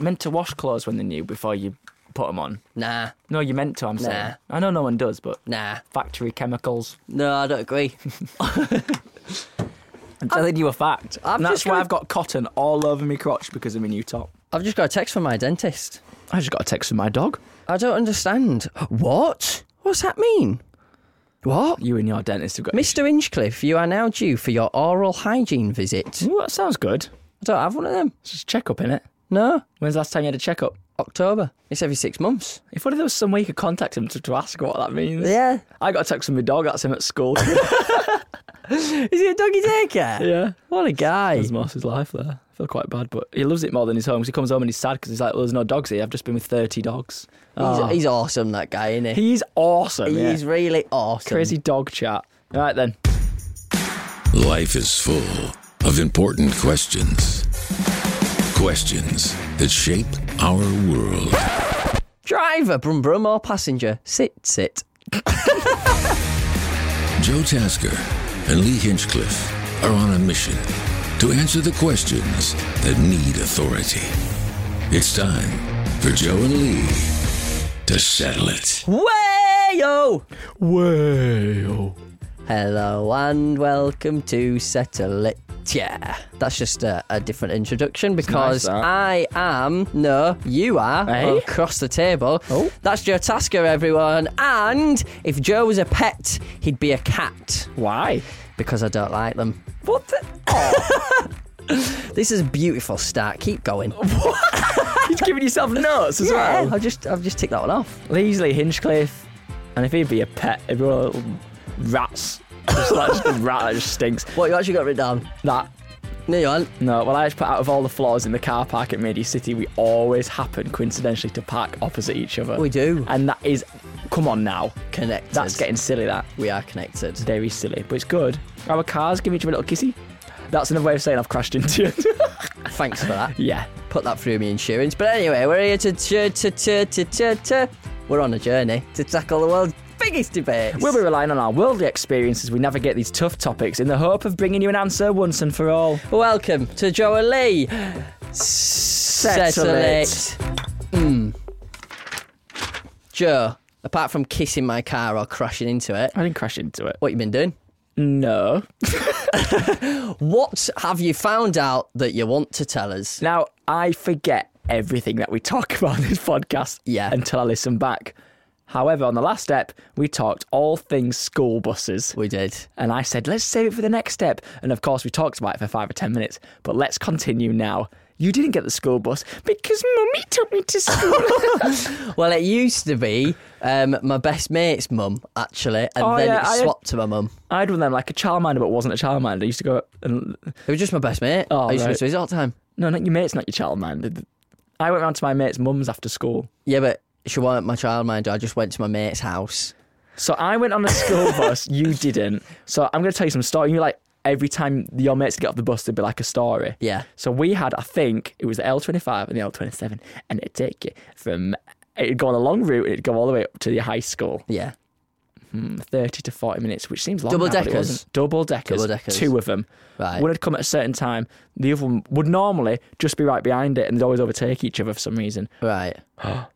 meant to wash clothes when they're new before you put them on. Nah, No, you meant to. I'm saying. I know no one does, but nah. factory chemicals. No, I don't agree. I'm telling you a fact. I've and that's just why got- I've got cotton all over my crotch because of my new top. I've just got a text from my dentist. I just got a text from my dog. I don't understand. What? What's that mean? What? You and your dentist have got. Mr. Inchcliffe, you are now due for your oral hygiene visit. I Ooh, that sounds good. don't have one of them. It's just check up in it. No. When's the last time you had a check up? October. It's every six months. If only there was some way you could contact him to, to ask what that means. Yeah. I got a text from my dog. That's him at school. Is he a doggy daycare? yeah. What a guy. There's most of his life there. I feel quite bad, but he loves it more than his home. 'cause he comes home and he's sad because he's like, well, there's no dogs here. I've just been with 30 dogs. He's, he's awesome, that guy, isn't he? He's awesome. Oh. yeah. He's really awesome. Crazy dog chat. All right then. Life is full of important questions. Questions that shape our world. Driver, brum brum, or passenger? Sit, sit. Joe Tasker and Lee Hinchcliffe are on a mission to answer the questions that need authority. It's time for Joe and Lee to settle it. Wayo! Well. Hello and welcome to Settle It. Yeah, that's just a, a different introduction because that. I am, no, you are, Eh? across the table. Oh. That's Joe Tasker, everyone. And if Joe was a pet, he'd be a cat Why? because I don't like them. What the? This is a beautiful start. Keep going. He's giving yourself notes as Yeah, well. I've just, I've just ticked that one off. Leasley Hinchcliffe. And if he'd be a pet, it'd be one of the little rats. Just like just a rat that just stinks. What, you actually got written down? That. No, you aren't. No, well, I just put out of all the flaws in the car park at Midi City, we always happen coincidentally to park opposite each other. We do. And that is, come on now. Connected. That's getting silly, that. We are connected. Very silly, but it's good. Our cars give each other a little kissy. That's another way of saying I've crashed into you. Thanks for that. yeah. put that through me insurance. But anyway, we're here to, to, to, to, to, to, to- we're on a journey to tackle the world's biggest debates. We'll be relying on our worldly experience as we navigate these tough topics in the hope of bringing you an answer once and for all. Welcome to Joe and Lee. Settle, it. Mm. Joe, apart from kissing my car or crashing into it, I didn't crash into it. what you been doing? No. What have you found out that you want to tell us? Now, I forget everything that we talk about in this podcast Yeah. until I listen back. However, on the last step, we talked all things school buses. We did. And I said, let's save it for the next step. And of course, we talked about it for five or 10 minutes, but let's continue now. You didn't get the school bus because mummy took me to school. Well, it used to be um, my best mate's mum, actually, and Oh, then yeah, it I had- swapped to my mum. I had one then, like a childminder, but wasn't a childminder. I used to go and It was just my best mate. Oh, I used to right. go to his all the time. No, not your mate's not your child mind. I went round to my mate's mum's after school. Yeah, but she weren't my childminder. I just went to my mate's house. So I went on a school bus, you didn't. So I'm going to tell you some story. You know, like every time your mates get off the bus, there'd be like a story. Yeah. So we had, I think, it was the L25 and the L27, and it'd take you from, it'd go on a long route and it'd go all the way up to your high school, Yeah. 30 to 40 minutes, which seems long. Double now, but it deckers? wasn't. Double deckers. Double deckers. Two of them. Right. One had come at a certain time, the other one would normally just be right behind it, and they'd always overtake each other for some reason. Right.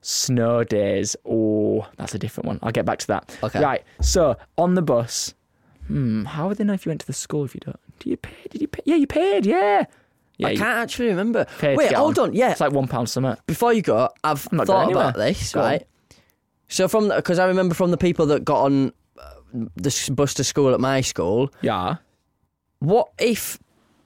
snow days. Oh, that's a different one. I'll get back to that. Okay. Right. So on the bus, hmm, how would they know if you went to the school if you don't? Do you pay? Did you pay? Yeah, you paid. Yeah. Yeah. I you can't actually remember. paid to Wait, get hold on. Yeah. It's like one pound something. Before you go, I've I'm not thought going about anywhere. this, Go on. right? So from because I remember from the people that got on uh, the s- bus to school at my school. Yeah. What if?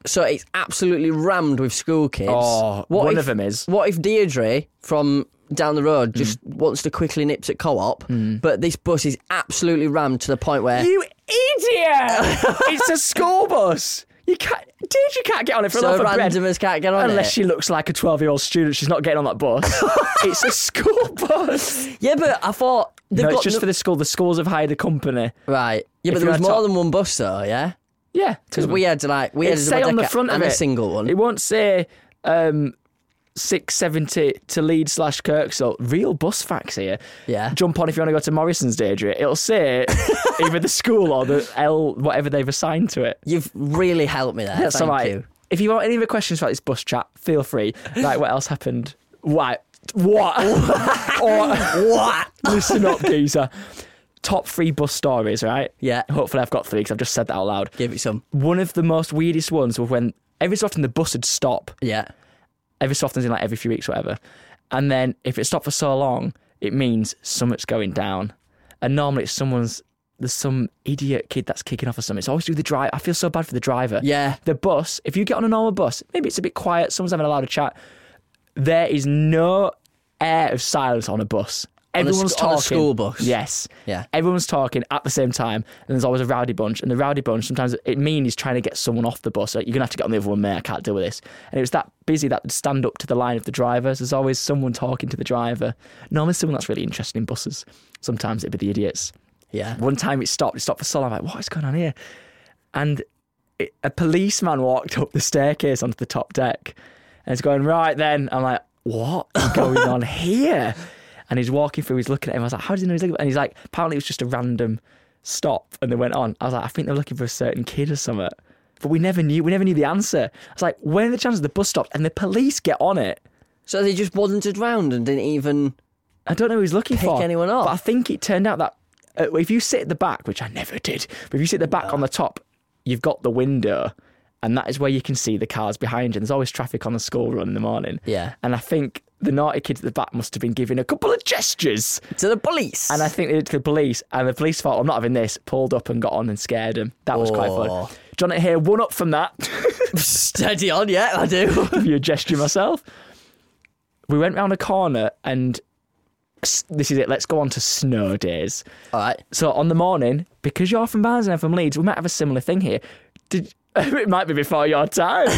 So it's absolutely rammed with school kids. Oh, what one if, of them is. Mm. What if Deirdre from down the road just wants to quickly nips at co-op, but this bus is absolutely rammed to the point where You idiot! it's a school bus. You can't. Dude, you can't get on it for a So loaf of bread. randomers can't get on Unless it. she looks like a 12 year old student, she's not getting on that bus. it's a school bus. Yeah, but I thought they've No, got it's just no- for the school. The schools have hired a company. right. Yeah, If but there you're was a more top- than one bus though. Yeah, Yeah, because we had like we had It'd as say much Mm. on like the a- front of and it. a single one. It won't say um, 670 to Leeds slash Kirksall. Real bus facts here. Yeah. Jump on if you want to go to Morrison's, Deirdre. It'll say either the school or the L, whatever they've assigned to it. You've really helped me there. That's Thank all right. you. If you want any other questions about this bus chat, feel free. Like, what else happened? Why? What? or, What? listen up, geezer. Top three bus stories, right? Yeah. Hopefully, I've got three because I've just said that out loud. Give it some. One of the most weirdest ones was when every so often the bus would stop Yeah. every so often, as in like every few weeks, or whatever. And then if it's stopped for so long, it means something's going down. And normally it's someone's there's some idiot kid that's kicking off or something. It's always through the drive. I feel so bad for the driver. Yeah. The bus. If you get on a normal bus, maybe it's a bit quiet. Someone's having a louder chat. There is no air of silence on a bus. a Everyone's sc- talking. on a school bus? Yes. Yeah. Everyone's talking at the same time, and there's always a rowdy bunch. And the rowdy bunch sometimes it means he's trying to get someone off the bus. Like, you're gonna have to get on the other one, mate. I can't deal with this. And it was that busy that would stand up to the line of the drivers. There's always someone talking to the driver. Normally, someone that's really interested in buses. Sometimes it'd be the idiots. Yeah. One time it stopped. It stopped for so long. I'm like, what is going on here? And it, a policeman walked up the staircase onto the top deck, and he's going right. Then I'm like, what is going on here? And he's walking through. He's looking at him. I was like, how does he know he's looking? And he's like, apparently it was just a random stop, and they went on. I was like, I think they're looking for a certain kid or something. But we never knew. We never knew the answer. I was like, when are the chances the bus stopped and the police get on it? So they just wandered round and didn't even. I don't know who's looking Pick for anyone up. But I think it turned out that uh, if you sit at the back, which I never did, but if you sit at the back on the top, you've got the window, and that is where you can see the cars behind you. There's always traffic on the school run in the morning. Yeah. and I think the naughty kids at the back must have been giving a couple of gestures, To the police. and I think they did to the police, and the police thought, "I'm not having this." Pulled up and got on and scared them. That was quite Oh. fun. Do you want to hear one up from that? steady on. Yeah, I do. give you a gesture myself. We went round a corner and s- this is it. Let's go on to snow days. All right. So on the morning, because you're from Barnes and I'm from Leeds, we might have a similar thing here. Did it might be before your time.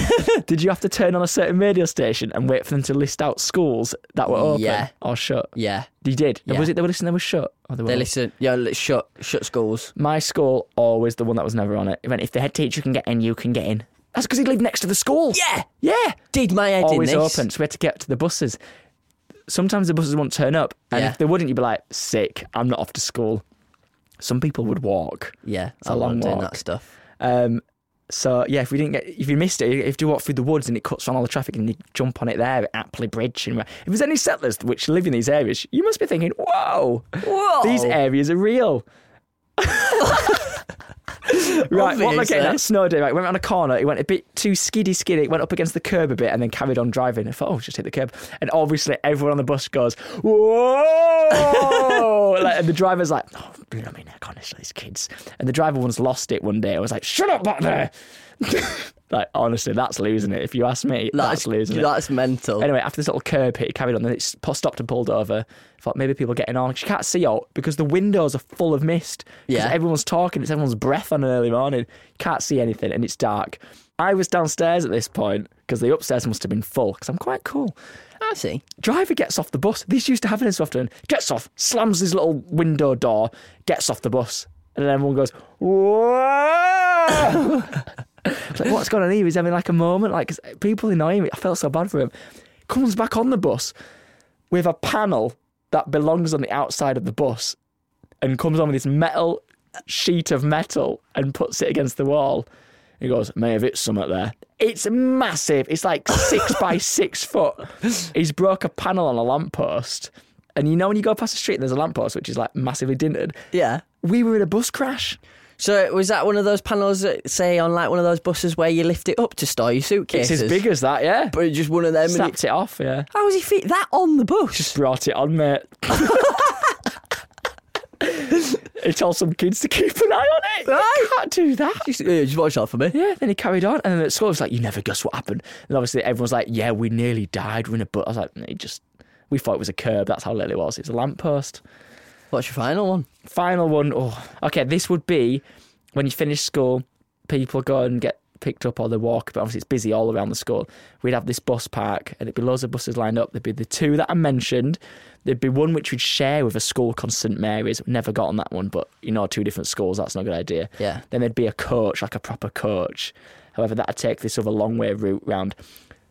Did you have to turn on a certain radio station and wait for them to list out schools that were open Yeah. or shut? Yeah. You did. And Yeah. Was it they were listening? They were shut. Or were They open? listen. Yeah. li- Shut. Shut schools. My school always the one that was never on it. It went, if the head teacher can get in, you can get in. That's because he lived next to the school. Yeah. Yeah Did my head always in this. open, so we had to get to the buses. Sometimes the buses wouldn't turn up, and Yeah. if they wouldn't, you'd be like, "Sick, I'm not off to school." Some people would walk. Yeah. a I love long doing walk. that stuff. Um, so yeah, if we didn't get, if you missed it, you have to walk through the woods, and it cuts around all the traffic, and you jump on it there at Apley Bridge. And if there's any settlers which live in these areas, you must be thinking, "Whoa, Whoa. these areas are real." Right, what am I Obviously. getting at? Snow day, right? Went around a corner, it went a bit too skiddy skiddy, it went up against the curb a bit and then carried on driving. I thought, oh, just hit the curb. And obviously, everyone on the bus goes, whoa! like, and the driver's like, oh, you know what I mean? I can't listen to these kids. And the driver once lost it one day. I was like, shut up back there! like, honestly, that's losing it. If you ask me, that's, losing it. That's mental. Anyway, after this little curb hit, it carried on. Then it s- pu- stopped and pulled over. Thought maybe people are getting on. 'Cause You can't see out because the windows are full of mist. 'Cause Yeah. everyone's talking. It's everyone's breath on an early morning. You can't see anything, and it's dark. I was downstairs at this point because the upstairs must have been full. Because I'm quite cool. I see. Driver gets off the bus. This used to happen so often. Gets off, slams his little window door, gets off the bus, and then everyone goes, "Whoa!" It's like, what's going on here? He's having like a moment. Like 'cause people annoying me. I felt so bad for him. Comes back on the bus with a panel that belongs on the outside of the bus, and comes on with this metal sheet of metal and puts it against the wall. He goes, may have hit something there. It's massive. It's like six by six foot. He's broke a panel on a lamppost. And you know when you go past the street and there's a lamppost which is like massively dented? Yeah. We were in a bus crash. So was that one of those panels that say on like one of those buses where you lift it up to store your It's suitcases? as big as that, yeah. But it's just one of them. And it, Snapped it off, yeah. how was he fit that on the bus? Brought it on, mate. he told some kids to keep an eye on it. I can't do that. just, yeah, just watch out for me. Yeah, then he carried on, and then at school, I was like, "You never guess what happened." And obviously, everyone's like, "Yeah, we nearly died. We're in a but." I was like, "It just, we thought it was a curb. That's how little it was. It's a lamppost." What's your final one? Final one. Oh, okay. This would be when you finish school, people go and get picked up or they walk, but obviously it's busy all around the school. We'd have this bus park and it'd be loads of buses lined up. There'd be the two that I mentioned. There'd be one which we'd share with a school called St Mary's. Never got on that one, but you know, two different schools, that's not a good idea. Yeah. Then there'd be a coach, like a proper coach. However, that'd take this other long way route round.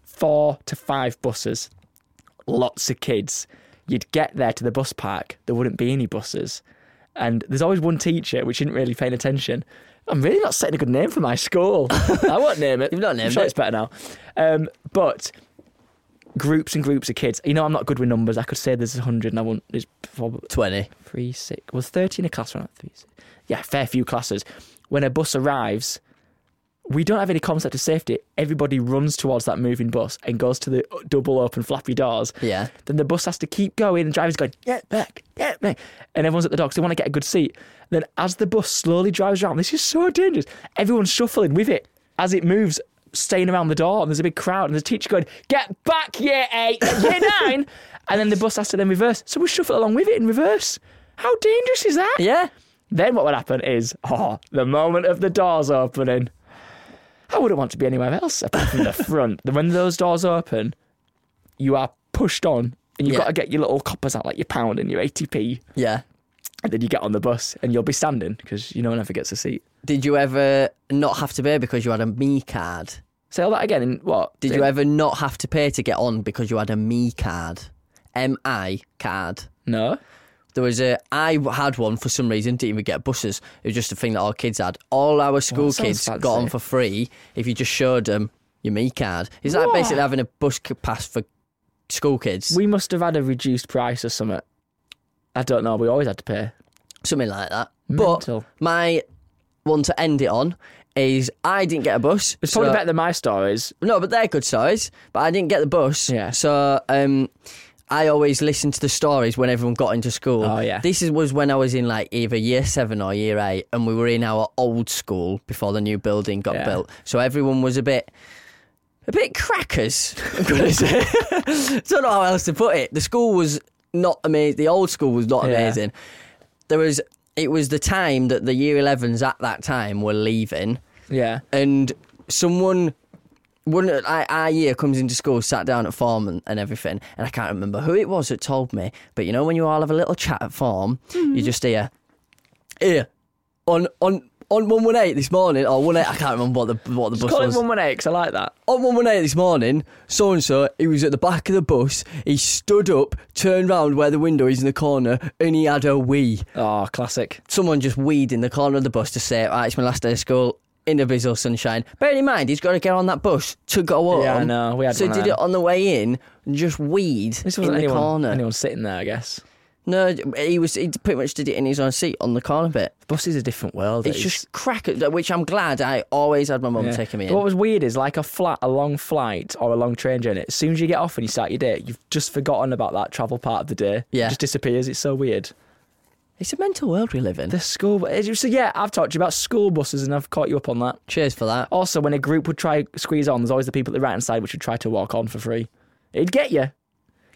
Four to five buses, lots of kids. You'd get there to the bus park, there wouldn't be any buses. And there's always one teacher which isn't really paying attention. I'm really not setting a good name for my school. I won't name it. You've not I'm named sure it. it's better now. Um, but groups and groups of kids. You know, I'm not good with numbers. I could say there's 100 and I won't. There's probably 20. three, six. Was 30 in a class? Right? Three, six. Yeah, fair few classes. When a bus arrives, we don't have any concept of safety. Everybody runs towards that moving bus and goes to the double open flappy doors. Yeah. Then the bus has to keep going, and driver's going, get back, get back. And everyone's at the dogs, they want to get a good seat. Then as the bus slowly drives around, this is so dangerous. Everyone's shuffling with it as it moves, staying around the door, and there's a big crowd, and the teacher going, get back, year eight, year nine. And then the bus has to then reverse. So we shuffle along with it in reverse. How dangerous is that? Yeah. Then what would happen is, oh, the moment of the doors opening. I wouldn't want to be anywhere else apart from the front. When those doors open, you are pushed on and you've Yeah. got to get your little coppers out, like your pound and your ATP. Yeah. And then you get on the bus and you'll be standing because you know one ever gets a seat. Did you ever not have to pay because you had a me card? Say all that again in what? Did you ever not have to pay to get on because you had a me card? M I card. No. There was a I had one for some reason. Didn't even get buses. It was just a thing that our kids had. All our school that sounds kids got on fancy. for free if you just showed them your me card. It's like What? basically having a bus c- pass for school kids, We must have had a reduced price or something. I don't know. We always had to pay. something like that. Mental. But my one to end it on is I didn't get a bus. It's probably so- better than my stories. No, but they're good stories. But I didn't get the bus. Yeah. So um, I always listened to the stories when everyone got into school. Oh, yeah. This is, was when I was in like either year seven or year eight, and we were in our old school before the new building got Yeah. built. So everyone was a bit. A bit crackers, I'm gonna say. Don't know how else to put it. The school was not amazing. The old school was not Yeah. amazing. There was. It was the time that the year 11s at that time were leaving Yeah. and someone one I, I year comes into school, sat down at form and, and everything, and I can't remember who it was that told me. But you know, when you all have a little chat at form, you Mm-hmm. just hear, here on on on one one eight this morning or one eight. I can't remember what the what the bus Call it was 118 'cause I like that. on 118 this morning, so and so, he was at the back of the bus, he stood up, turned round where the window is in the corner, and he had a wee. Oh, classic. Someone just weed in the corner of the bus to say, right, it's my last day of school, in the bizzle sunshine. Bear in mind, he's got to get on that bus to go home. Yeah, I know, we had So one he of did it them. on the way in, and just weed This in wasn't the anyone, corner. anyone sitting there, I guess. No, he was. He pretty much did it in his own seat on the corner bit. Bus is a different world. It's It is- just crack, which I'm glad I always had my mum Yeah. taking me But in. What was weird is like a flat, a long flight or a long train journey. As soon as you get off and you start your day, you've just forgotten about that travel part of the day. Yeah. it just disappears. It's so weird. It's a mental world we live in. The school. bu- So yeah, I've talked to you about school buses and I've caught you up on that. Cheers for that. Also, when a group would try squeeze on, there's always the people at the right hand side which would try to walk on for free. It'd get you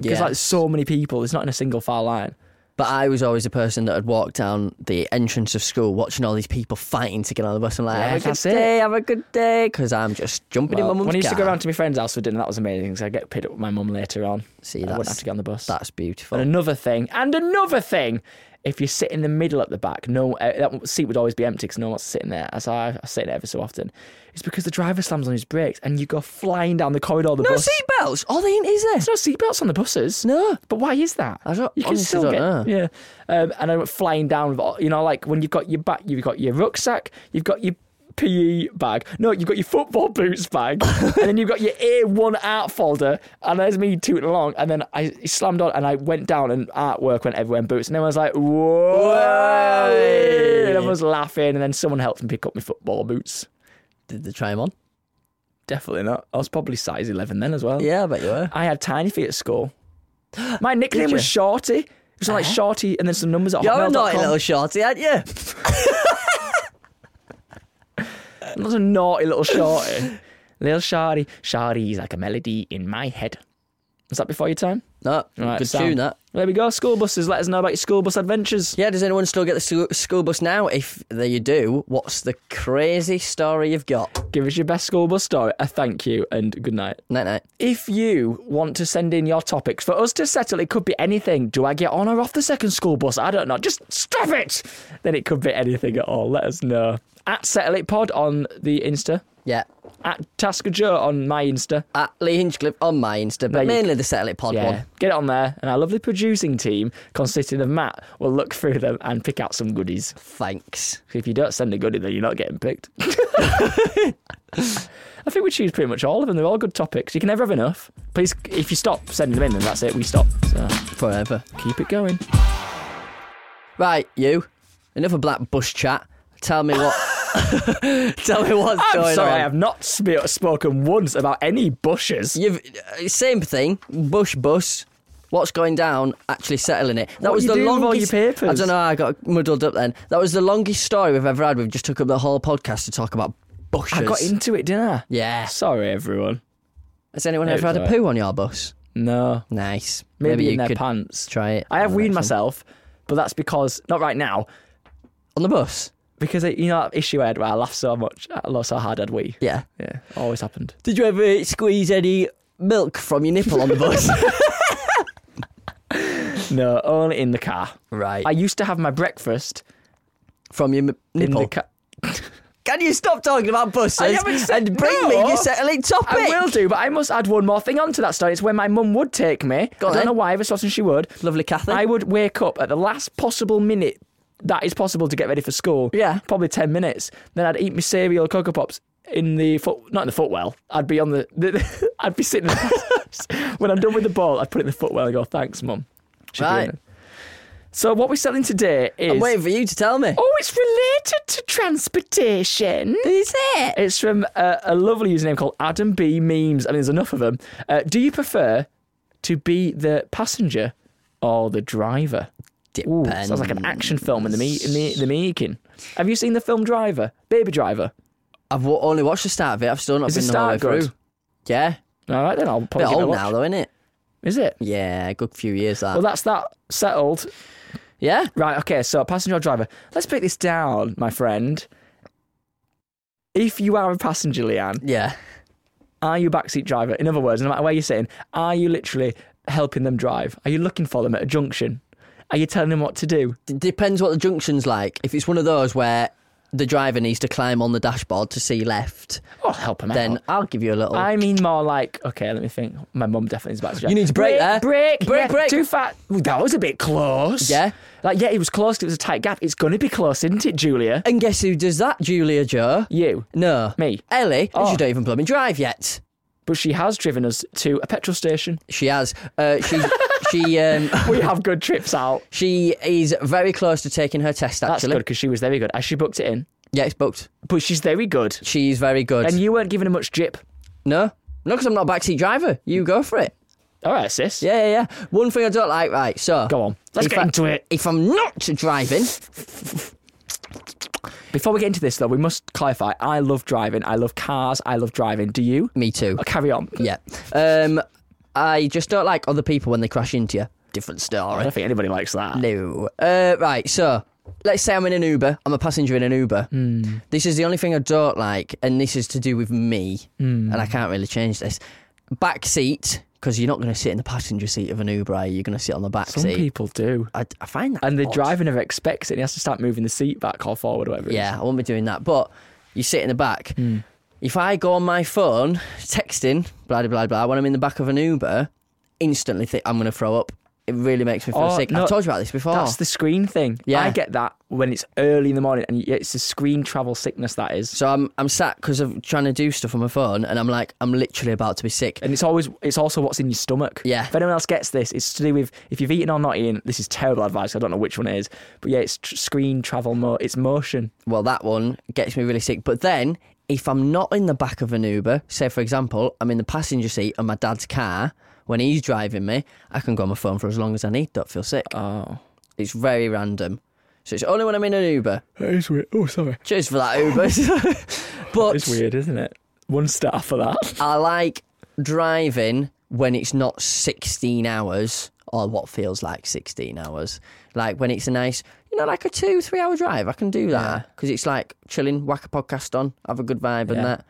because Yeah. like so many people, it's not in a single file line. But I was always the person that would walk down the entrance of school watching all these people fighting to get on the bus. and like, Yeah, have a good that's it. day, have a good day, because I'm just jumping Well, in my mum's when I used car. to go around to my friend's house for dinner, that was amazing because I get picked up with my mum later on. See, I wouldn't that's- have to get on the bus. That's beautiful. And another thing, and another thing, if you sit in the middle at the back, no, uh, that seat would always be empty because no one's sitting there. As I, I sit in it ever so often, it's because the driver slams on his brakes and you go flying down the corridor. Of the no bus. seatbelts. Oh, they ain't, is there? There's no seatbelts on the buses. No. But why is that? I don't- honestly don't know. Yeah. Um, and I went flying down, with all- you know, like when you've got your back, you've got your rucksack, you've got your PE bag. No, you've got your football boots bag, and then you've got your A1 art folder. And there's me tooting along. And then I it slammed on and I went down, and artwork went everywhere in boots. And everyone's like, whoa. And everyone was laughing. And then someone helped me pick up my football boots. Did they try them on? Definitely not. I was probably size 11 then as well. Yeah, I bet you were. I had tiny feet at school. My nickname Did was you? Eh? Shorty. It was like Shorty, and then some numbers at You're a hotmail.com. naughty little shorty, aren't you? I was a naughty little Shorty. little Shorty. Shorty's like a melody in my head. Was that before your time? No, Right, good sound. tune that. There we go. School buses. Let us know about your school bus adventures. Yeah, does anyone still get the scho- school bus now? If they do, what's the crazy story you've got? Give us your best school bus story. A thank you and good night. Night night. If you want to send in your topics for us to settle, it could be anything. Do I get on or off the second school bus? I don't know. Just stop it. Then it could be anything at all. Let us know. At Settle It Pod on the Insta. Yeah. At Tasker Joe on my Insta. At Lee Hinchcliffe on my Insta, There but you mainly the Settle It Pod Yeah, one. get it on there. And our lovely producing team, consisting of Matt, will look through them and pick out some goodies. Thanks. If you don't send a goodie, then you're not getting picked. I think we choose pretty much all of them. They're all good topics. You can never have enough. Please, if you stop sending them in, then that's it. We stop. So Forever. keep it going. Right, you. Another black bush chat. Tell me what. tell me what's I'm going sorry, on. I have not sp- spoken once about any bushes. You've uh, same thing. Bush bus. What's going down? Actually settling it. That What was you the doing with all longest. your papers? I don't know. I got muddled up then. That was the longest story we've ever had. We've just took up the whole podcast to talk about bushes. I got into it, didn't I? Yeah. Sorry, everyone. Has anyone It ever was had a alright. poo on your bus? No, Nice. maybe, in you their could pants. try it. I have on the weaned next myself, but that's because not right now. one. on the bus. Because it, you know that issue I had where I laughed so much, I laughed so hard, I'd wee. Yeah. Yeah, always happened. Did you ever squeeze any milk from your nipple on the bus? No, only in the car. right. I used to have my breakfast from your m- in nipple. the car. Can you stop talking about buses I haven't said and bring no. me your settling topic? I will do, but I must add one more thing onto that story. It's when my mum would take me. Go I don't on then. know why, but so often she would. Lovely Cathy. I would wake up at the last possible minute that is possible to get ready for school. Yeah. Probably 10 minutes. Then I'd eat my cereal Cocoa Pops in the foot, not in the footwell. I'd be on the, the I'd be sitting when I'm done with the ball, I'd put it in the footwell and go, thanks, mum. She'd be in Right. it. So what we're selling today is. I'm waiting for you to tell me. Oh, it's related to transportation. Is it? It's from uh, a, a lovely username called Adam B Memes. I mean, there's enough of them. Uh, do you prefer to be the passenger or the driver? Ooh, sounds like an action film in the me- in the, the making. Have you seen the film Driver? Baby Driver. I've w- only watched the start of it. I've still not Is the been the whole way start through. good? Yeah, All right, then I'll a bit probably give it a old watch. now though, isn't it? Is it? Yeah, a good few years that. Well, that's that settled. yeah, Right, okay, so passenger or driver. Let's break this down, my friend. If you are a passenger, Leanne, yeah. Are you a backseat driver? In other words, no matter where you're sitting, are you literally helping them drive? Are you looking for them at a junction? Are you telling them what to do? D- depends what the junction's like. If it's one of those where the driver needs to climb on the dashboard to see left, I'll help them then out. I'll give you a little. I mean more like, okay, let me think. My mum definitely is backseat driver. You need to brake there. Break, break, Brake, yeah, brake. Too fat. That was a bit close. Yeah. Like, yeah, it was close 'cause it was a tight gap. It's going to be close, isn't it, Julia? And guess who does that, Julia Joe? You. No, Me. Ellie. and Oh. She don't even blooming drive yet. But she has driven us to a petrol station. She has. Uh, she. she. Um, We have good trips out. she is very close to taking her test. That's good Actually, because she was very good. As she booked it in, yeah, it's booked. but she's very good. She's very good. And you weren't giving her much jip. No, no, because I'm not a backseat driver. You go for it. All right, sis. Yeah, yeah, yeah. One thing I don't like, right? So Go on. Let's If get I- into it. If I'm not driving, Before we get into this, though, we must clarify. I love driving. I love cars. I love driving. Do you? me too. Uh, Carry on. Yeah. Um, I just don't like other people when they crash into you. Different I story. don't think anybody likes that. No. Uh, right. So let's say I'm in an Uber. I'm a passenger in an Uber. Hmm. This is the only thing I don't like, and this is to do with me, Hmm. and I can't really change this. Back seat. Because you're not going to sit in the passenger seat of an Uber, are you? You're going to sit on the back Some seat. people do. I, I find that And the odd. driver never expects it. And he has to start moving the seat back or forward or whatever. it is. Yeah, I won't be doing that. But you sit in the back. Hmm. If I go on my phone texting, blah blah blah blah, when I'm in the back of an Uber, instantly think I'm going to throw up. It really makes me feel Oh, sick. no, I've told you about this before. That's the screen thing. Yeah. I get that when it's early in the morning and it's the screen travel sickness that is. so I'm I'm sat because I'm trying to do stuff on my phone, and I'm like I'm literally about to be sick. And it's always it's also what's in your stomach. Yeah. If anyone else gets this, it's to do with if you've eaten or not eaten. This is terrible advice. I don't know which one it is, but yeah, it's tr- screen travel. Mo- it's motion. Well, that one gets me really sick. But then if I'm not in the back of an Uber, say for example I'm in the passenger seat of my dad's car when he's driving me, I can go on my phone for as long as I need. Don't feel sick. Oh. It's very random. So it's only when I'm in an Uber. That is weird. Oh, sorry. Cheers for that, Uber. but It's weird, isn't it? One star for that. I like driving when it's not 16 hours or what feels like 16 hours. Like when it's a nice, you know, like a two, three hour drive, I can do that because it's like chilling, whack a podcast on, have a good vibe Yeah. and that.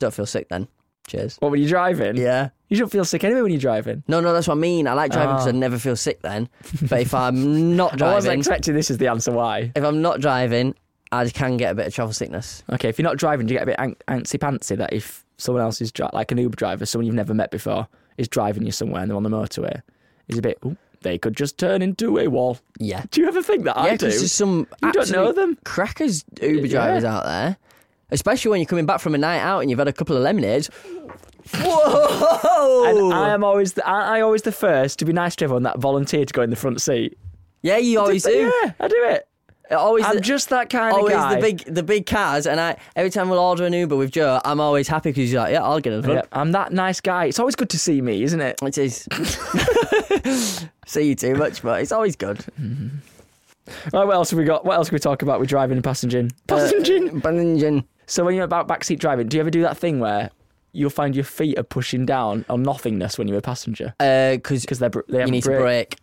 Don't feel sick then. Cheers. What, when you're driving? Yeah. You shouldn't feel sick anyway when you're driving. No, no, that's what I mean. I like driving because I never feel sick then. But if I'm not Oh. I wasn't driving, expecting this is the answer why. if I'm not driving, I can get a bit of travel sickness. Okay, if you're not driving, do you get a bit an- antsy pantsy that if someone else is dri- like an Uber driver, someone you've never met before, is driving you somewhere and they're on the motorway, is a bit. Ooh, they could just turn into a wall. Yeah. Do you ever think that? I yeah, do. because there's some You don't know absolute them. crackers Uber Yeah. drivers out there, especially when you're coming back from a night out and you've had a couple of lemonades. Whoa! And I am always the, I, I always the first to be nice to everyone that volunteered to go in the front seat. yeah, you always do. Yeah, I do it. Always, I'm the, just that kind of always guy. the big, the big cars. And I, every time we'll order an Uber with Joe, I'm always happy because you're like, yeah, I'll get in Yeah, front. I'm that nice guy. It's always good to see me, isn't it? It is. See you too much, but it's always good. Right, what else have we got? What else can we talk about with driving and passengering? Passengering. Banging. so when you're about backseat driving, do you ever do that thing where you'll find your feet are pushing down on nothingness when you're a passenger Because because they're br- they Uh, you haven't need to braked? brake.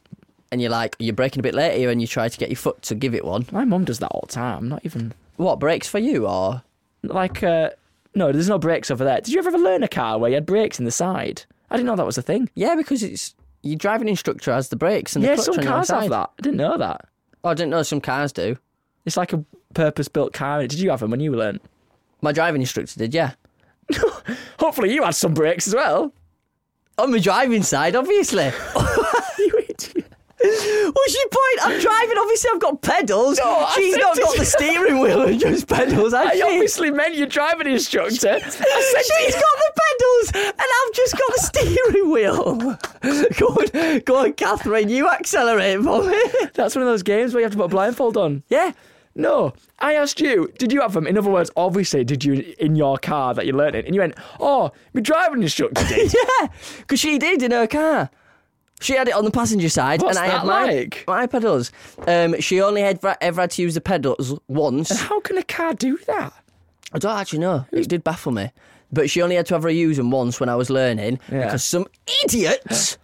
And you're like, you're braking a bit later here and you try to get your foot to give it one. My mum does that all the time. Not even What, brakes for you or? like uh, no, there's no brakes over there. Did you ever ever learn a car where you had brakes in the side? I didn't know that was a thing. Yeah, because it's your driving instructor has the brakes and Yeah, the clutch some on your cars have side. that. I didn't know that. Oh, I didn't know some cars do. It's like a purpose-built car. Did you have them when you learned? My driving instructor did, yeah. Hopefully, you had some brakes as well. On the driving side, obviously. you idiot. What's your point? I'm driving. Obviously, I've got pedals. No, I She's said not to got you- the steering wheel and just pedals. Has I she? obviously meant your driving instructor. I said to She's you- got the pedals, and I've just got the steering wheel. go on, go on, Catherine. You accelerate for me. That's one of those games where you have to put a blindfold on. yeah. No, I asked you, did you have them? In other words, obviously, did you in your car that you learnt it? And you went, oh, my driving instructor did. Yeah, because she did in her car. She had it on the passenger side, What's and I that had my, like? my pedals. Um, she only had ever had to use the pedals once. How can a car do that? I don't actually know. It did baffle me, but she only had to ever use them once when I was learning Yeah. because some idiot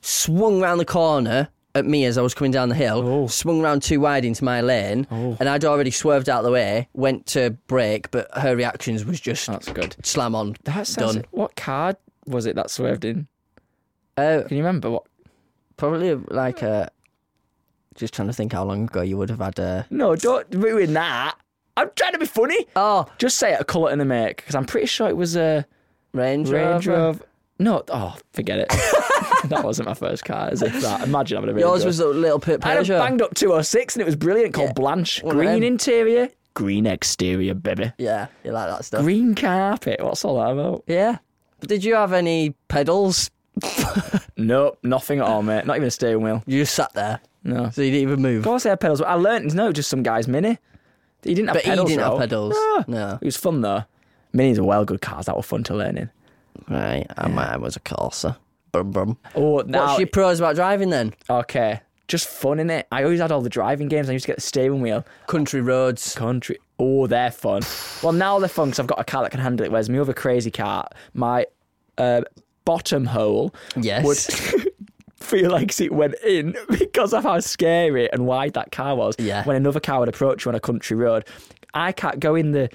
swung round the corner at me as I was coming down the hill, Oh. swung round too wide into my lane, and I'd already swerved out of the way, went to brake, but her reactions was just That's good. slam on. That sounds. done. What car was it that swerved in? Uh, Can you remember what? Probably like a. Just trying to think how long ago you would have had uh, a. No, don't ruin that. I'm trying to be funny. Oh, Just say it a colour and a make, because I'm pretty sure it was a Range Rover. Range Rover. No, oh, forget it. that wasn't my first car. As if that. Imagine having a Range Yours Rover. was a little bit I had a Peugeot. banged up 206 and it was brilliant called Blanche. of green them. interior, green exterior, baby. yeah, you like that stuff. Green carpet. What's all that about? Yeah. Did you have any pedals? Nope, nothing at all, mate. Not even a steering wheel. You just sat there, No. Of so you didn't even move. course, I had pedals. but I learned no, just some guy's mini. He didn't have But he pedals. Ah. didn't have though. pedals. No. No. It was fun though. Minis are well good cars. That were fun to learn in. Right, I mine was a Corsa. Brum brum. Oh, now What's your pros about driving then? okay, just fun in it. I always had all the driving games. I used to get the steering wheel. Country roads. country. Oh, they're fun. well, now they're fun because I've got a car that can handle it. Whereas my other crazy car, my uh, bottom hole Yes. would feel like it went in because of how scary and wide that car was. Yeah. When another car would approach you on a country road, I can't go in the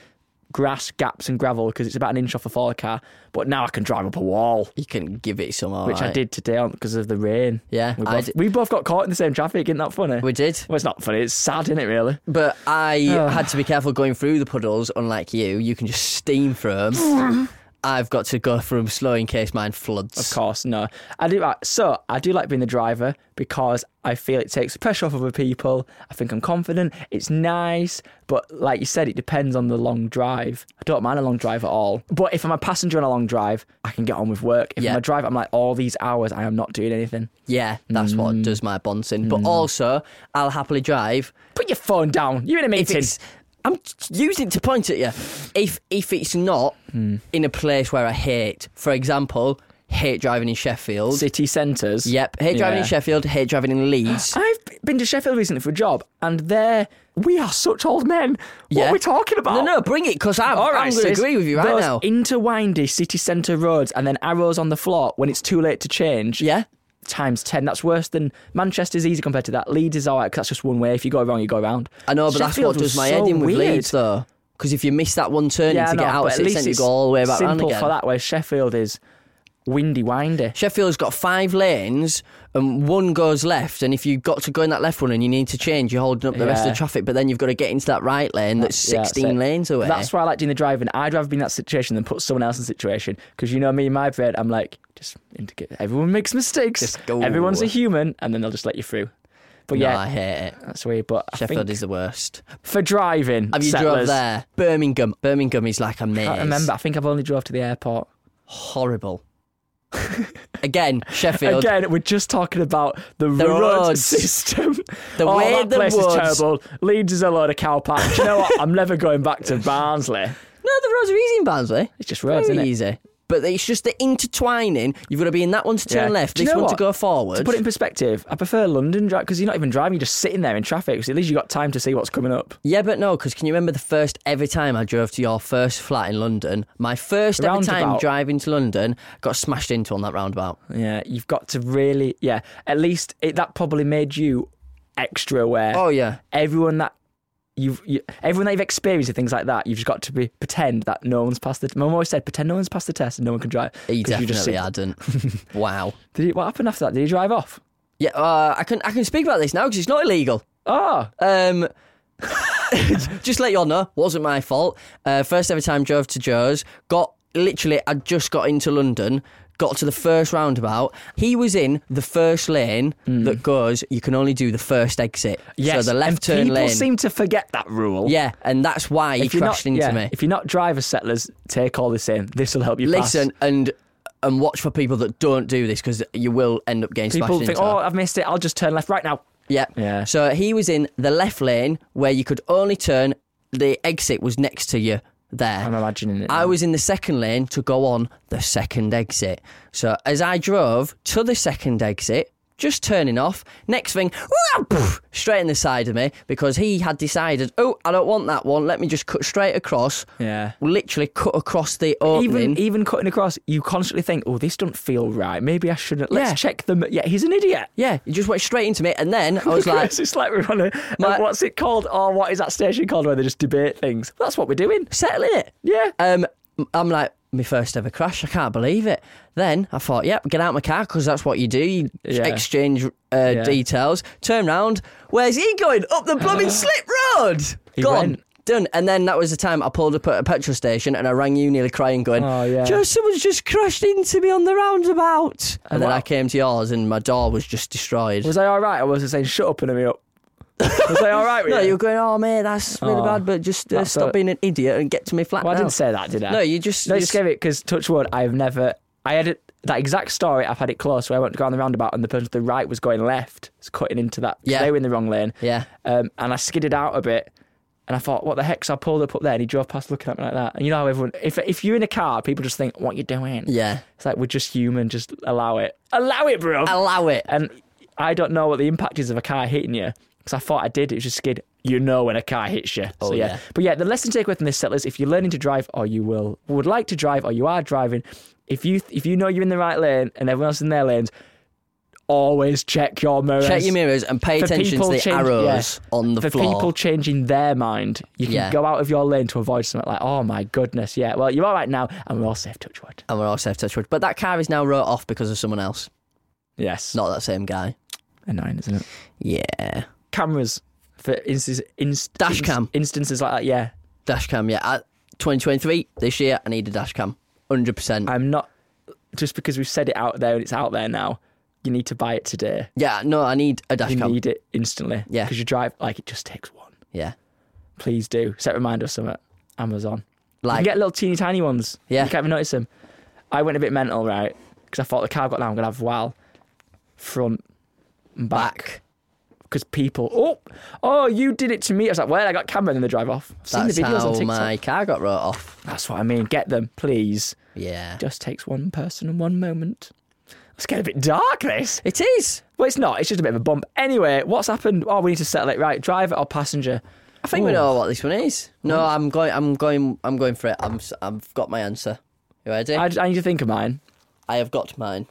grass, gaps, and gravel because it's about an inch off a four car. But now I can drive up a wall. You can give it some. Which I alright. did today because of the rain. Yeah, we I both, did- we both got caught in the same traffic. Isn't that funny? We did. well, it's not funny. It's sad, isn't it? Really. But I had to be careful going through the puddles, unlike you. You can just steam through them. I've got to go through them slow in case mine floods. Of course, no. I do. I- So I do like being the driver because I feel it takes the pressure off other people. I think I'm confident. It's nice, but like you said, it depends on the long drive. I don't mind a long drive at all. But if I'm a passenger on a long drive, I can get on with work. If Yeah. I'm a driver, I'm like all these hours, I am not doing anything. Yeah, that's Mm. what does my bouncing. But also, I'll happily drive Put your phone down. You're in a if meeting. it's. I'm using it to point at you. If if it's not Mm. in a place where I hate, for example, hate driving in Sheffield. City centres. Yep, hate driving in Yeah. Sheffield. Hate driving in Leeds. I've been, been to Sheffield recently for a job, and there we are such old men. What are we talking about? No, no, bring it because I'm, I'm going to sis, agree with you right those now. Interwindy city centre roads and then arrows on the floor when it's too late to change. yeah. Times 10. That's worse than Manchester's easy compared to that. Leeds is all right 'cause that's just one way. If you go wrong, you go round. I know, but that's what Sheffield was does my so head in weird. with Leeds, though. Because if you miss that one turning Yeah, I to get know, out but at at six, least then you it's go all the way back round simple again. for that, whereas Sheffield is windy, windy. Sheffield's got five lanes and one goes left. And if you've got to go in that left one and you need to change, you're holding up the rest of Yeah. the traffic. But then you've got to get into that right lane that's Yeah, that's 16 it. lanes away. That's why I like doing the driving. I'd rather be in that situation than put someone else in the situation because you know me in my brain. I'm like, just indicate. Everyone makes mistakes. Just go. Everyone's a human, and then they'll just let you through. But No, yeah, I hate it. that's weird. But I Sheffield think is the worst. for driving. Have you drove settlers, there? Birmingham. Birmingham is like a maze. I can't remember. I think I've only drove to the airport. Horrible. Again, Sheffield. Again, we're just talking about the, road roads. system. The oh, way that the place roads- is terrible. Leeds is a load of cowpats. you know what? I'm never going back to Barnsley. No, the roads are easy in Barnsley. It's just roads, Very isn't it? easy. But it's just the intertwining. You've got to be in that one to turn Yeah. left, Do you this know one to what? go forward. To put it in perspective, I prefer London drive because you're not even driving; you're just sitting there in traffic. 'cause at least you got time to see what's coming up. Yeah, but no, because can you remember the first every time I drove to your first flat in London? My first every time Roundabout. driving to London, got smashed into on that roundabout. Yeah, you've got to really. Yeah, at least it, that probably made you extra aware. Oh yeah, Everyone that you've, you, everyone that you've experienced and things like that, you've just got to be pretend that no one's passed the. My mum always said, pretend no one's passed the test and no one can drive. he 'cause you just definitely sit- hadn't. wow. Did you, what happened after that? Did you drive off? Yeah, uh, I can I can speak about this now because it's not illegal. Oh, Um, just let you all know, wasn't my fault. Uh, first ever time drove to Joe's, got literally, I just got into London, got to the first roundabout. He was in the first lane that goes, you can only do the first exit. Hmm. yes. So the left and turn people lane. seem to forget that rule. Yeah, and that's why he If you're crashed not, into yeah, me. If you're not driver settlers, take all this in. This will help you pass. Listen and and watch for people that don't do this because you will end up getting People smashed think, into. oh, I've missed it. I'll just turn left right now. yeah. Yeah. So he was in the left lane where you could only turn. The exit was next to you there. I'm imagining it. I now. was in the second lane to go on the second exit. So as I drove to the second exit, just turning off, next thing, straight in the side of me because he had decided, oh, I don't want that one. Let me just cut straight across. Yeah. Literally cut across the opening. Even even cutting across, you constantly think, "Oh, this doesn't feel right. Maybe I shouldn't." Let's Yeah. check them. Yeah, he's an idiot. yeah, he just went straight into me. And then I was like, Yes, it's like we're on a, a- My- what's it called? Or what is that station called where they just debate things? That's what we're doing. settle it. Yeah. Um, I'm like, my first ever crash. I can't believe it. Then I thought, yep, get out of my car because that's what you do. You Yeah. exchange uh, Yeah. details. Turn round. Where's he going? Up the blooming slip road. He Gone. went. Done. And then that was the time I pulled up at a petrol station and I rang you nearly crying, going, Oh, yeah. Joe, someone's just crashed into me on the roundabout. And, then what- I came to yours and my door was just destroyed. Was I all right? Or was I saying, "Shut up and hit me up"? Was I all right with no, you? you were going, oh, mate, that's really Oh, bad, but just uh, that's stop a- being an idiot and get to me flat Well, I now." didn't say that, did I? No, you just. No, you it's just- scary because touch wood, I've never. I had it, that exact story. I've had it close where I went to go on the roundabout and the person to the right was going left. It's cutting into that. 'cause Yeah. They were in the wrong lane. Yeah. Um, and I skidded out a bit. And I thought, what the heck? So I pulled up up there and he drove past looking at me like that. And you know how everyone, if, if you're in a car, people just think, what you doing? Yeah. It's like, we're just human. Just allow it. Allow it, bro. Allow it. and I don't know what the impact is of a car hitting you because I thought I did. It was just skid. You know when a car hits you. Oh, so yeah. yeah. But yeah, the lesson to take away from this settlers: if you're learning to drive, or you will would like to drive, or you are driving, if you if you know you're in the right lane and everyone else in their lanes, always check your mirrors. Check your mirrors and pay For attention to people the change- arrows yeah. on the For floor. people changing their mind, you can Yeah. go out of your lane to avoid something like, "Oh my goodness, yeah." Well, you're all right now, and we're all safe. Touch wood. And we're all safe touch wood. But that car is now wrote off because of someone else. Yes, Not that same guy. annoying, isn't it? Yeah. Cameras for instances, inst- Dash cam. instances like that. Yeah, Dash cam, yeah. I, 2023, this year, I need a dash cam. 100%. I'm not just because we've said it out there and it's out there now. You need to buy it today. yeah, no, I need a dash You cam. need it instantly. Yeah. because you drive like it just takes one. yeah. Please do set reminder of something. Amazon. you Like, can get little teeny tiny ones. Yeah. you can't even notice them. I went a bit mental right because I thought the car I've got now I'm gonna have wow front and back back. because people oh oh you did it to me. I was like well I got camera and then they drive off. I've seen That's the videos how on TikTok. my car got wrote off. That's what I mean. Get them please. Yeah. Just takes one person and one moment. It's getting a bit dark, this. It is. Well, it's not. It's just a bit of a bump. Anyway, what's happened? Oh, we need to settle it. Right, driver or passenger? I think we know what this one is. No, I'm going. I'm going. I'm going for it. I'm. s- I've got my answer. You ready? I, I, I need to think of mine. have got mine.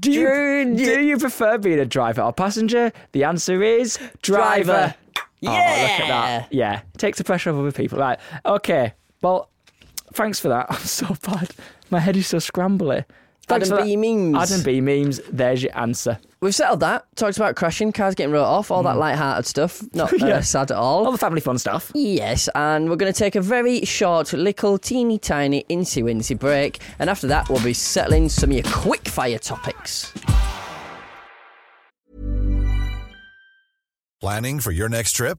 Do you, do you prefer being a driver or passenger? The answer is driver. Yeah. Oh, look at that. Yeah, takes the pressure off other people. Right. Okay. Well, thanks for that. I'm so bad. My head is so scrambly. Thanks Adam for B that. memes. Adam B memes. There's your answer. We've settled that. Talked about crashing, cars getting wrote off, all Mm. that light-hearted stuff. Not uh, Yeah. sad at All all. the family fun stuff. Yes, and we're going to take a very short, little, teeny tiny, incy wincy break, and after that, we'll be settling some of your quick fire topics. Planning for your next trip?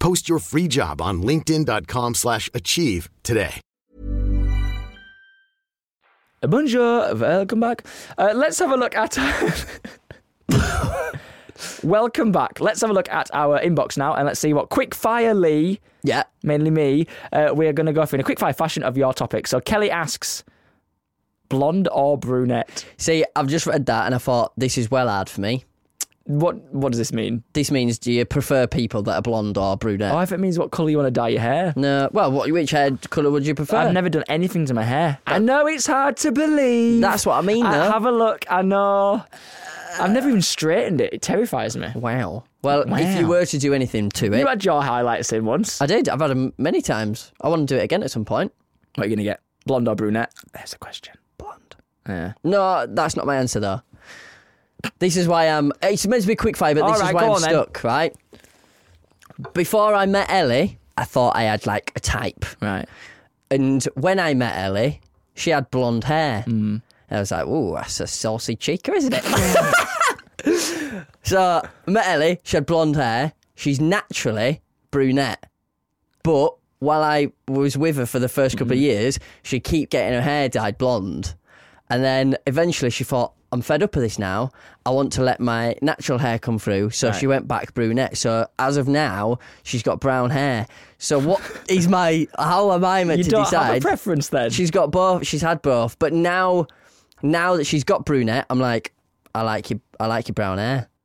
Post your free job on linkedin.com/achieve slash achieve today. Bonjour, welcome back. Uh, let's have a look at. welcome back. Let's have a look at our inbox now and let's see what Quickfire Lee, Yeah. mainly me, uh, we are going to go through in a quickfire fashion of your topic. So Kelly asks, blonde or brunette? See, I've just read that, and I thought this is well hard for me. What What does this mean? This means, do you prefer people that are blonde or brunette? Oh, if it means what colour you want to dye your hair. No. Well, what, which hair colour would you prefer? I've never done anything to my hair. I know it's hard to believe. That's what I mean, I- though. have a look. I know. I've never even straightened it. It terrifies me. Wow. Well, if you Wow. were to do anything to it, You had your highlights in once. I did. I've had them many times. I want to do it again at some point. What are you going to get? Blonde or brunette? There's a question. Blonde. Yeah. No, that's not my answer though. This is why I'm. It's meant to be quick fire, but this All is right, why go I'm on then. stuck. Right. Before I met Ellie, I thought I had like a type, Right. and when I met Ellie, she had blonde hair. Mm. I was like, "Ooh, that's a saucy cheeker, isn't it?" so I met Ellie. She had blonde hair. She's naturally brunette, but while I was with her for the first couple Mm-hmm. of years, she'd keep getting her hair dyed blonde. And then eventually she thought, I'm fed up of this now. I want to let my natural hair come through. So she went back brunette. So as of now, she's got brown hair. So what is my, how am I meant You to don't have a decide? preference then. She's got both. She's had both. But now, now that she's got brunette, I'm like, I like you. I like your brown hair.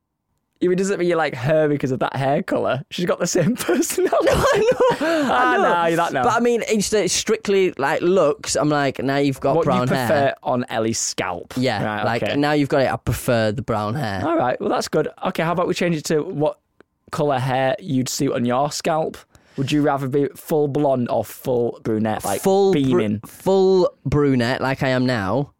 It doesn't mean you like her because of that hair colour. She's got the same personality. I know. Ah, I know. nah, you're that now. But I mean, it's it's strictly like looks. I'm like, now you've got what brown you prefer hair. on Ellie's scalp. Yeah, Right, like okay. now you've got it. I prefer the brown hair. All right. Well, that's good. Okay. How about we change it to what colour hair you'd suit on your scalp? Would you rather be full blonde or full brunette? Like full bru- beaming. full brunette, like I am now.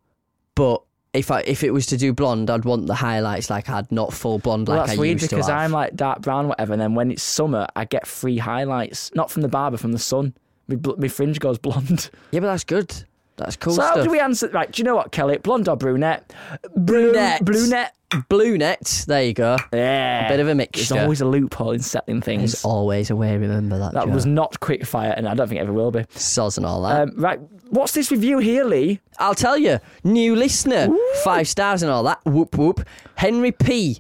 But if I if it was to do blonde, I'd want the highlights like I'd not full blonde well, like that's I weird used because to have. I'm like dark brown, whatever. And then when it's summer, I get free highlights, not from the barber, from the sun. My, bl- my fringe goes blonde. yeah, but that's good. That's cool so how stuff. do we answer? Right. Do you know what, Kelly? Blonde or brunette? Blue- Brunette. Brunette. Blue net. There you go. Yeah. A bit of a There's mixture. always a loophole in settling things. There's always a way. Remember that. That Joe. was not quick fire, and I don't think it ever will be. soz and all that. Um, right. What's this review here, Lee? I'll tell you, new listener, five stars and all that. Whoop whoop. Henry P.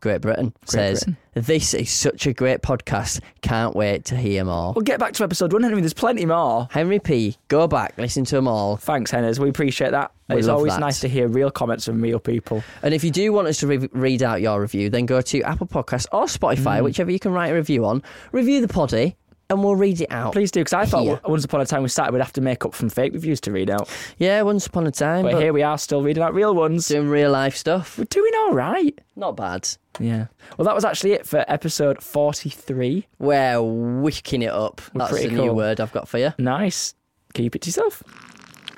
Great Britain says this is such a great podcast. Can't wait to hear more. We'll get back to episode one, Henry. There's plenty more. Henry P. Go back, listen to them all. Thanks, Henners. We appreciate that. We it's love always that. nice to hear real comments from real people. And if you do want us to re- read out Mm. your review, then go to Apple Podcasts or Spotify, whichever you can write a review on. Review the poddy. and we'll read it out. Please do, because I thought Here. once upon a time we started, we'd have to make up from fake reviews to read out. Yeah, once upon a time. But, but here we are, still reading out real ones. doing real life stuff. We're doing all right. Not bad. Yeah. Well, that was actually it for episode 43. We're wicking it up. We're That's pretty the new cool. word I've got for you. Nice. Keep it to yourself.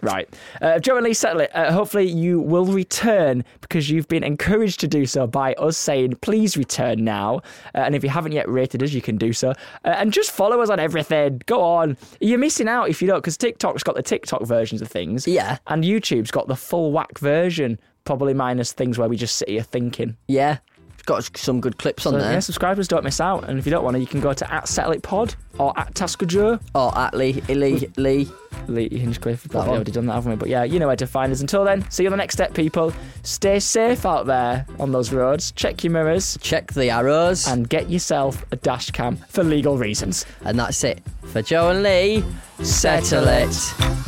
Right. Uh, Joe and Lee, settle it. Uh, hopefully, you will return because you've been encouraged to do so by us saying, please return now. Uh, and if you haven't yet rated us, you can do so. Uh, and just follow us on everything. Go on. You're missing out if you don't, because TikTok's got the TikTok versions of things. Yeah. And YouTube's got the full whack version, probably minus things where we just sit here thinking. Yeah, it's got some good clips on So, there. yeah, subscribers don't miss out. And if you don't want to, you can go to at Settle It Pod or at Tasker Joe. Or at Lee, Lee, Oh, Lee. Lee Hinchcliffe. We've probably one. already done that, haven't we? But yeah, you know where to find us. Until then, see you on the next step, people. Stay safe out there on those roads. Check your mirrors Check the arrows. And, and get yourself a dash cam for legal reasons. that's it for Joe and Lee. Settle it.